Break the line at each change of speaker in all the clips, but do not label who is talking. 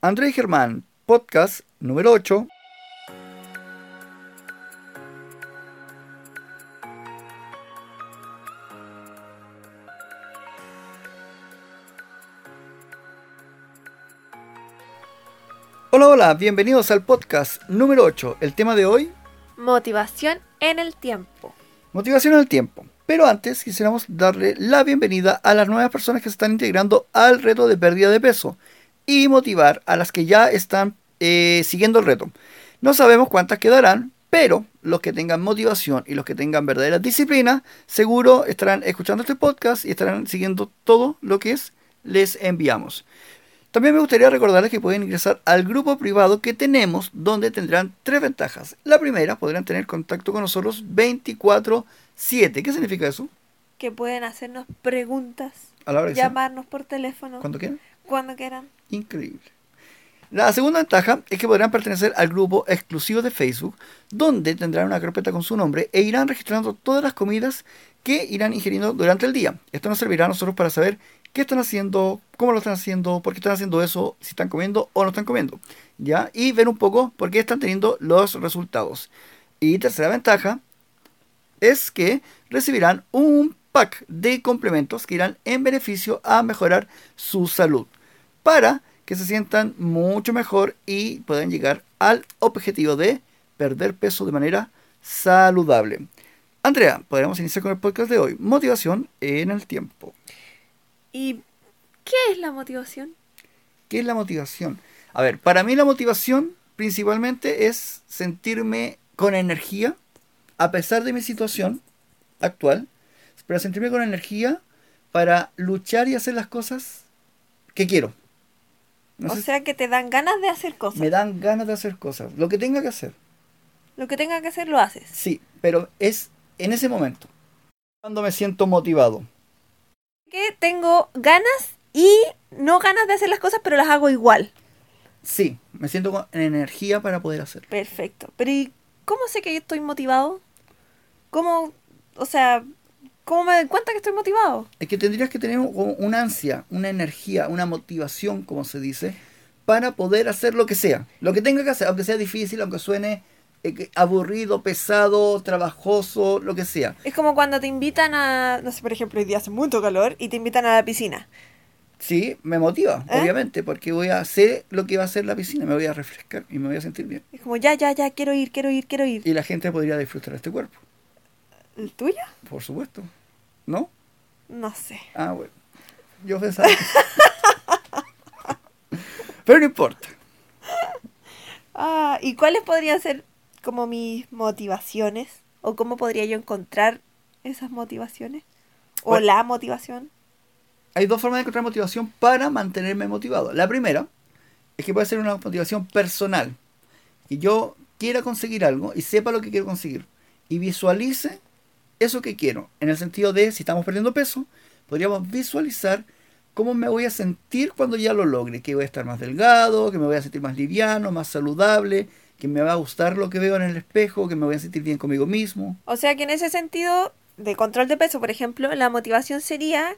Andrés Germán, podcast número 8. Hola, hola, bienvenidos al podcast número 8. El tema de hoy,
Motivación en el tiempo.
motivación al tiempo. Pero antes quisiéramos darle la bienvenida a las nuevas personas que se están integrando al reto de pérdida de peso y motivar a las que ya están eh, siguiendo el reto. No sabemos cuántas quedarán, pero los que tengan motivación y los que tengan verdadera disciplina, seguro estarán escuchando este podcast y estarán siguiendo todo lo que es les enviamos. También me gustaría recordarles que pueden ingresar al grupo privado que tenemos, donde tendrán tres ventajas. La primera, podrán tener contacto con nosotros 24-7. ¿Qué significa eso?
Que pueden hacernos preguntas,
A la hora que sea.
llamarnos por teléfono
¿Cuándo quieran.
cuando quieran.
Increíble. La segunda ventaja es que podrán pertenecer al grupo exclusivo de Facebook, donde tendrán una carpeta con su nombre e irán registrando todas las comidas que irán ingiriendo durante el día. Esto nos servirá a nosotros para saber qué están haciendo, cómo lo están haciendo, por qué están haciendo eso, si están comiendo o no están comiendo, ¿ya? Y ver un poco por qué están teniendo los resultados. Y tercera ventaja es que recibirán un pack de complementos que irán en beneficio a mejorar su salud para que se sientan mucho mejor y puedan llegar al objetivo de perder peso de manera saludable. Andrea, podríamos iniciar con el podcast de hoy. Motivación en el tiempo.
¿Y qué es la motivación?
¿Qué es la motivación? A ver, para mí la motivación principalmente es sentirme con energía, a pesar de mi situación actual, pero sentirme con energía para luchar y hacer las cosas que quiero. No
o
sé si-
sea, que te dan ganas de hacer cosas.
me dan ganas de hacer cosas, lo que tenga que hacer.
Lo que tengas que hacer lo haces.
Sí, pero es en ese momento. Cuando me siento motivado.
Que tengo ganas y no ganas de hacer las cosas, pero las hago igual.
Sí, me siento con energía para poder hacerlo.
Perfecto. Pero ¿y cómo sé que yo estoy motivado? ¿Cómo, o sea, cómo me doy cuenta que estoy motivado?
Es que tendrías que tener como una ansia, una energía, una motivación, como se dice, para poder hacer lo que sea. Lo que tenga que hacer, aunque sea difícil, aunque suene eh, que- aburrido, pesado, trabajoso, lo que sea.
Es como cuando te invitan a, no sé, por ejemplo, hoy día hace mucho calor y te invitan a la piscina.
Sí, me motiva,
¿Eh?
obviamente, porque voy a hacer lo que va a hacer la piscina, me voy a refrescar y me voy a sentir bien.
Es como, ya, ya, ya, quiero ir, quiero ir, quiero ir.
Y la gente podría disfrutar este cuerpo,
¿El tuyo?
por supuesto. ¿No?
No sé.
Ah, bueno. Yo pensaba. que sí. Pero no importa.
Ah, ¿y cuáles podrían ser como mis motivaciones? ¿O cómo podría yo encontrar esas motivaciones? ¿O
Bueno.
la motivación?
Hay dos formas de encontrar motivación para mantenerme motivado. La primera es que puede ser una motivación personal. Que yo quiera conseguir algo y sepa lo que quiero conseguir. Y visualice eso que quiero. En el sentido de, si estamos perdiendo peso, podríamos visualizar cómo me voy a sentir cuando ya lo logre. Que voy a estar más delgado, que me voy a sentir más liviano, más saludable, que me va a gustar lo que veo en el espejo, que me voy a sentir bien conmigo mismo.
O sea que en ese sentido de control de peso, por ejemplo, la motivación sería,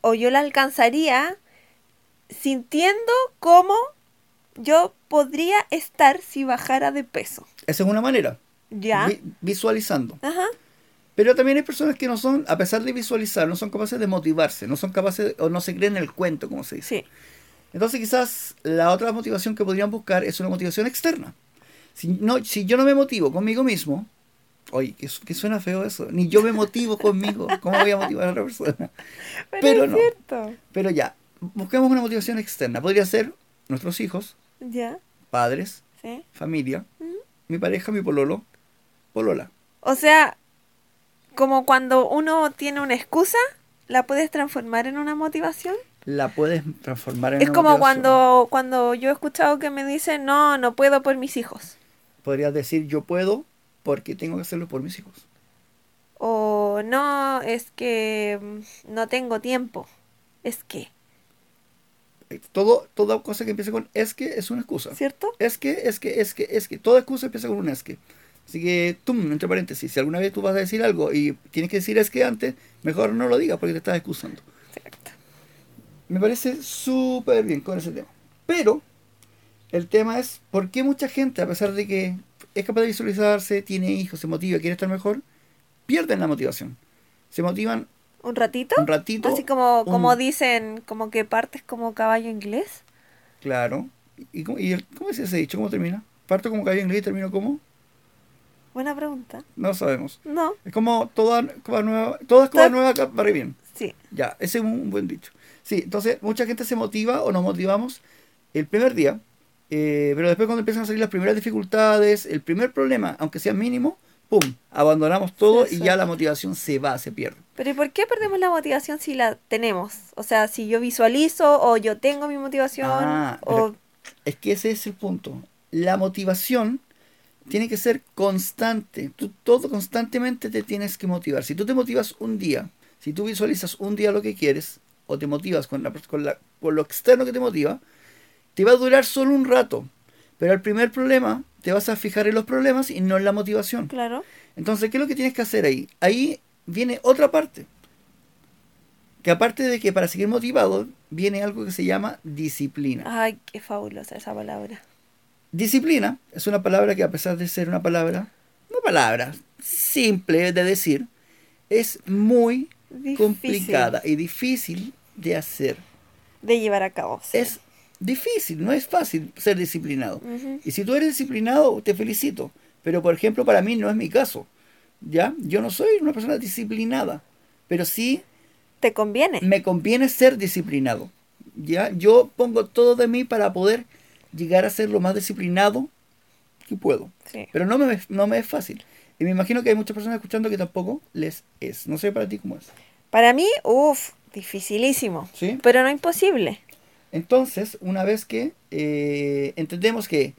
o yo la alcanzaría, sintiendo cómo yo podría estar si bajara de peso.
Esa es una manera,
¿Ya?
vi- visualizando.
Ajá.
Pero también hay personas que no son, a pesar de visualizar, no son capaces de motivarse, no son capaces o no se creen el cuento, como se dice.
Sí.
Entonces quizás la otra motivación que podrían buscar es una motivación externa. Si, no, si yo no me motivo conmigo mismo, oye, que, su- que suena feo eso, ni yo me motivo conmigo, ¿cómo voy a motivar a otra persona?
Pero,
Pero
es
no.
cierto.
Pero ya, busquemos una motivación externa. Podría ser nuestros hijos,
¿Ya?
padres,
Sí.
familia,
Ujú.
mi pareja, mi pololo, polola.
O sea, como cuando uno tiene una excusa, la puedes transformar en una motivación.
La puedes transformar en
es
una
como
motivación.
cuando, cuando yo he escuchado que me dicen, no, no puedo por mis hijos.
podrías decir yo puedo porque tengo que hacerlo por mis hijos.
O no, es que mm, no tengo tiempo. Es que,
Eh, Todo, toda cosa que empiece con es que es una excusa.
¿cierto?
Es que, es que, es que, es que. Toda excusa empieza con un es que. Así que, tum, entre paréntesis, si alguna vez tú vas a decir algo y tienes que decir es que antes, mejor no lo digas porque te estás excusando.
Exacto.
Me parece súper bien con ese tema. Pero El tema es por qué mucha gente, a pesar de que es capaz de visualizarse, tiene hijos, se motiva, quiere estar mejor, pierden la motivación. Se motivan
¿Un ratito?
un ratito.
Así como,
un-
como dicen, como que partes como caballo inglés.
Claro. ¿Y, cómo, y el- cómo es ese dicho? ¿Cómo termina? ¿Parto como caballo inglés y termino como?
Buena pregunta.
No sabemos.
No,
Es como toda escoba nueva, toda escoba
Toda-
nueva ca- barre bien.
sí.
Ya, ese es un, un buen dicho. Sí, entonces mucha gente se motiva o nos motivamos el primer día, eh, pero después cuando empiezan a salir las primeras dificultades, el primer problema, aunque sea mínimo, ¡pum! Abandonamos todo y ya
Exacto.
la motivación se va, se pierde.
Pero ¿y por qué perdemos la motivación si la tenemos? O sea, si yo visualizo o yo tengo mi motivación
Ah,
o...
Es que ese es el punto. La motivación tiene que ser constante. Tú todo constantemente te tienes que motivar. Si tú te motivas un día, si tú visualizas un día lo que quieres, o te motivas con, la, con, la- con lo externo que te motiva, te va a durar solo un rato. Pero el primer problema, te vas a fijar en los problemas y no en la motivación.
Claro.
Entonces, ¿qué es lo que tienes que hacer ahí? Ahí viene otra parte. Que aparte de que para seguir motivado, viene algo que se llama disciplina.
Ay, qué fabulosa esa palabra.
Disciplina es una palabra que a pesar de ser una palabra, una palabra simple de decir, es muy
Difícil
complicada y difícil de hacer.
De llevar a cabo. sí.
Es difícil, no es fácil ser disciplinado.
Ujú.
Y si tú eres disciplinado, te felicito. Pero por ejemplo, para mí no es mi caso. ¿Ya? Yo no soy una persona disciplinada, pero sí
Te conviene.
me conviene ser disciplinado. ¿Ya? Yo pongo todo de mí para poder llegar a ser lo más disciplinado que puedo.
Sí.
Pero no me, no me es fácil. Y me imagino que hay muchas personas escuchando que tampoco les es. No sé para ti cómo es.
Para mí, uff, dificilísimo.
Sí.
Pero no imposible.
Entonces, una vez que eh, entendemos que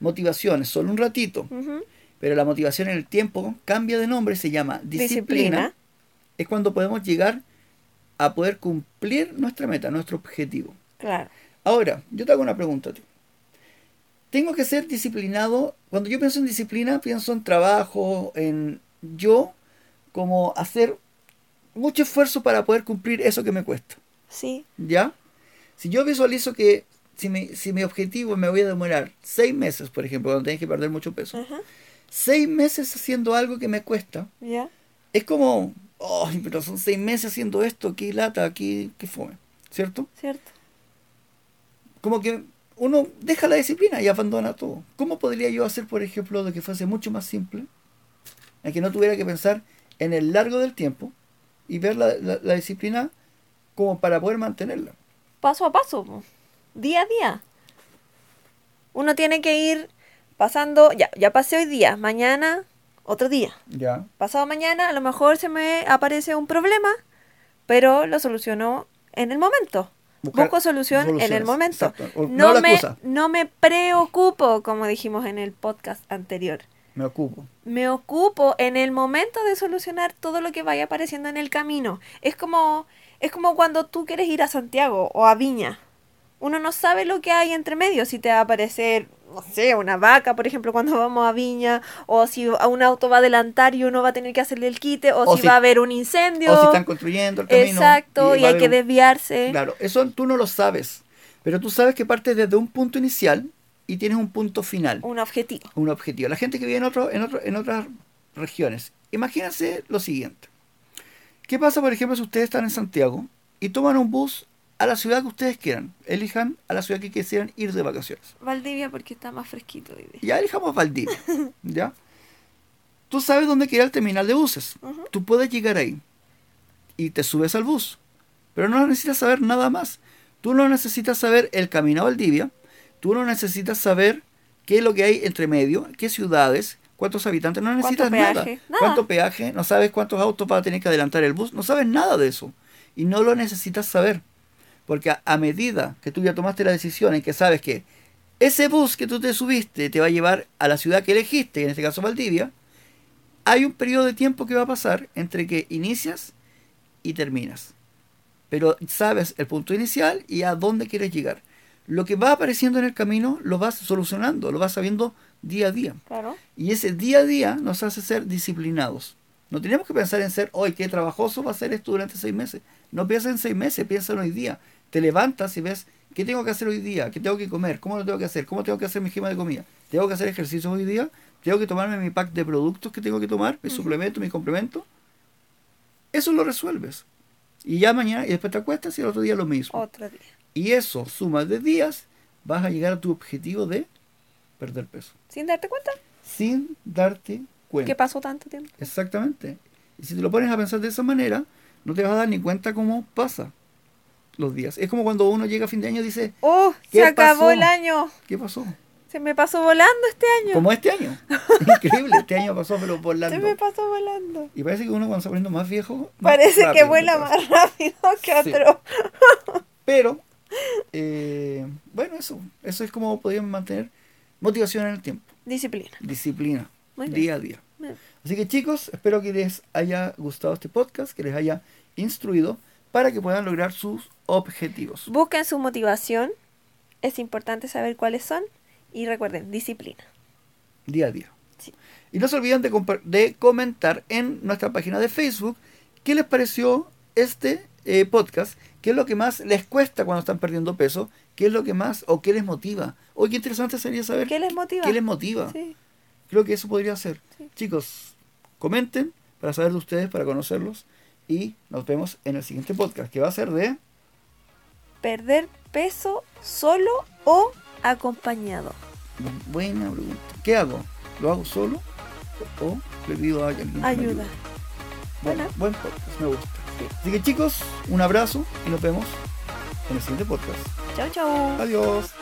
motivación es solo un ratito,
Ujú.
pero la motivación en el tiempo cambia de nombre, se llama disciplina,
Disciplina.
es cuando podemos llegar a poder cumplir nuestra meta, nuestro objetivo.
Claro.
Ahora, yo te hago una pregunta a ti. Tengo que ser disciplinado. Cuando yo pienso en disciplina, pienso en trabajo, en yo, como hacer mucho esfuerzo para poder cumplir eso que me cuesta.
Sí.
¿Ya? Si yo visualizo que si mi, si mi objetivo me voy a demorar seis meses, por ejemplo, cuando tenés que perder mucho peso,
Ajá.
seis meses haciendo algo que me cuesta,
Ya.
es como, ¡ay, pero son seis meses haciendo esto! ¡Qué lata! ¡Qué, qué fome! ¿Cierto?
Cierto.
como que uno deja la disciplina y abandona todo. ¿Cómo podría yo hacer, por ejemplo, de que fuese mucho más simple? En que no tuviera que pensar en el largo del tiempo y ver la, la- la disciplina como para poder mantenerla.
paso a paso, po. día a día. Uno tiene que ir pasando, ya, ya pasé hoy día, mañana otro día.
Ya.
Pasado mañana a lo mejor se me aparece un problema, pero lo soluciono en el momento.
Buscar
Busco solución en el
soluciones,
momento.
exacto. O- no
No,
la
me,
excusa.
no me preocupo, como dijimos en el podcast anterior.
Me ocupo.
Me ocupo en el momento de solucionar todo lo que vaya apareciendo en el camino. Es como, es como cuando tú quieres ir a Santiago o a Viña. Uno no sabe lo que hay entre medio, si te va a aparecer, no sé, una vaca, por ejemplo, cuando vamos a Viña, o si a un auto va a adelantar y uno va a tener que hacerle el quite, o,
O
si,
si-
va a haber un incendio.
O si están construyendo el camino.
Exacto, y,
va a
hay que
haber un-
desviarse.
Claro, eso tú no lo sabes. Pero tú sabes que partes desde un punto inicial y tienes un punto final.
Un objetivo.
un objetivo. La gente que vive en, otro, en, otro- en otras regiones. Imagínense lo siguiente. ¿Qué pasa, por ejemplo, si ustedes están en Santiago y toman un bus a la ciudad que ustedes quieran? Elijan a la ciudad que quisieran ir de vacaciones.
Valdivia porque está más fresquito hoy día.
Ya elijamos Valdivia. ¿Ya? Tú sabes dónde queda el terminal de buses.
Ujú.
Tú puedes llegar ahí y te subes al bus. Pero no necesitas saber nada más. Tú no necesitas saber el camino a Valdivia. Tú no necesitas saber qué es lo que hay entre medio, qué ciudades, cuántos habitantes. No necesitas nada.
peaje? Nada.
Cuánto peaje. No sabes cuántos autos va a tener que adelantar el bus. No sabes nada de eso. Y no lo necesitas saber. Porque a, a medida que tú ya tomaste la decisión en que sabes que ese bus que tú te subiste te va a llevar a la ciudad que elegiste, en este caso Valdivia, hay un periodo de tiempo que va a pasar entre que inicias y terminas. Pero sabes el punto inicial y a dónde quieres llegar. Lo que va apareciendo en el camino lo vas solucionando, lo vas sabiendo día a día.
Claro.
Y ese día a día nos hace ser disciplinados. No tenemos que pensar en ser hoy, qué trabajoso va a ser esto durante seis meses. No piensa en seis meses, piensa en hoy día. Te levantas y ves ¿Qué tengo que hacer hoy día? ¿Qué tengo que comer? ¿Cómo lo tengo que hacer? ¿Cómo tengo que hacer mi esquema de comida? ¿Tengo que hacer ejercicios hoy día? ¿Tengo que tomarme mi pack de productos que tengo que tomar? ¿Mi
Ujú.
suplemento? ¿Mi complemento? Eso lo resuelves. Y ya mañana, y después te acuestas y el otro día lo mismo.
Otro día.
Y eso, suma de días, vas a llegar a tu objetivo de perder peso.
Sin darte cuenta
Sin darte cuenta.
que pasó tanto tiempo.
Exactamente. Y si te lo pones a pensar de esa manera, no te vas a dar ni cuenta cómo pasa los días. Es como cuando uno llega a fin de año y dice,
¡Oh!
¿Qué
Se acabó
pasó?
el año.
¿qué pasó?
Se me pasó volando este año.
Como este año. Increíble, este año pasó pero
Se me
volando.
pasó volando.
Y parece que uno cuando se va poniendo más viejo... más
Parece que
rápido
vuela
pasa.
más rápido que
Sí.
otro.
Pero, eh, bueno, eso. Eso es como podrían mantener motivación en el tiempo.
Disciplina.
disciplina
Muy bien.
día a día.
Bien.
Así que chicos, espero que les haya gustado este podcast, que les haya instruido para que puedan lograr sus objetivos.
Busquen su motivación. Es importante saber cuáles son. Y recuerden, disciplina.
Día a día.
Sí.
Y no se olviden de, compa- de comentar en nuestra página de Facebook qué les pareció este eh, podcast, qué es lo que más les cuesta cuando están perdiendo peso, qué es lo que más o qué les motiva. O qué interesante sería saber
¿Qué les motiva?
qué les motiva.
Sí.
Creo que eso podría ser.
Sí.
Chicos, comenten para saber de ustedes, para conocerlos. Y nos vemos en el siguiente podcast, que va a ser de...
¿Perder peso solo o acompañado?
Buena pregunta. ¿Qué hago? ¿Lo hago solo? ¿O le pido a alguien? que me
Ayuda.
Bueno,
Hola.
buen podcast, me gusta. Así que chicos, un abrazo y nos vemos en el siguiente podcast.
Chau, chau.
Adiós.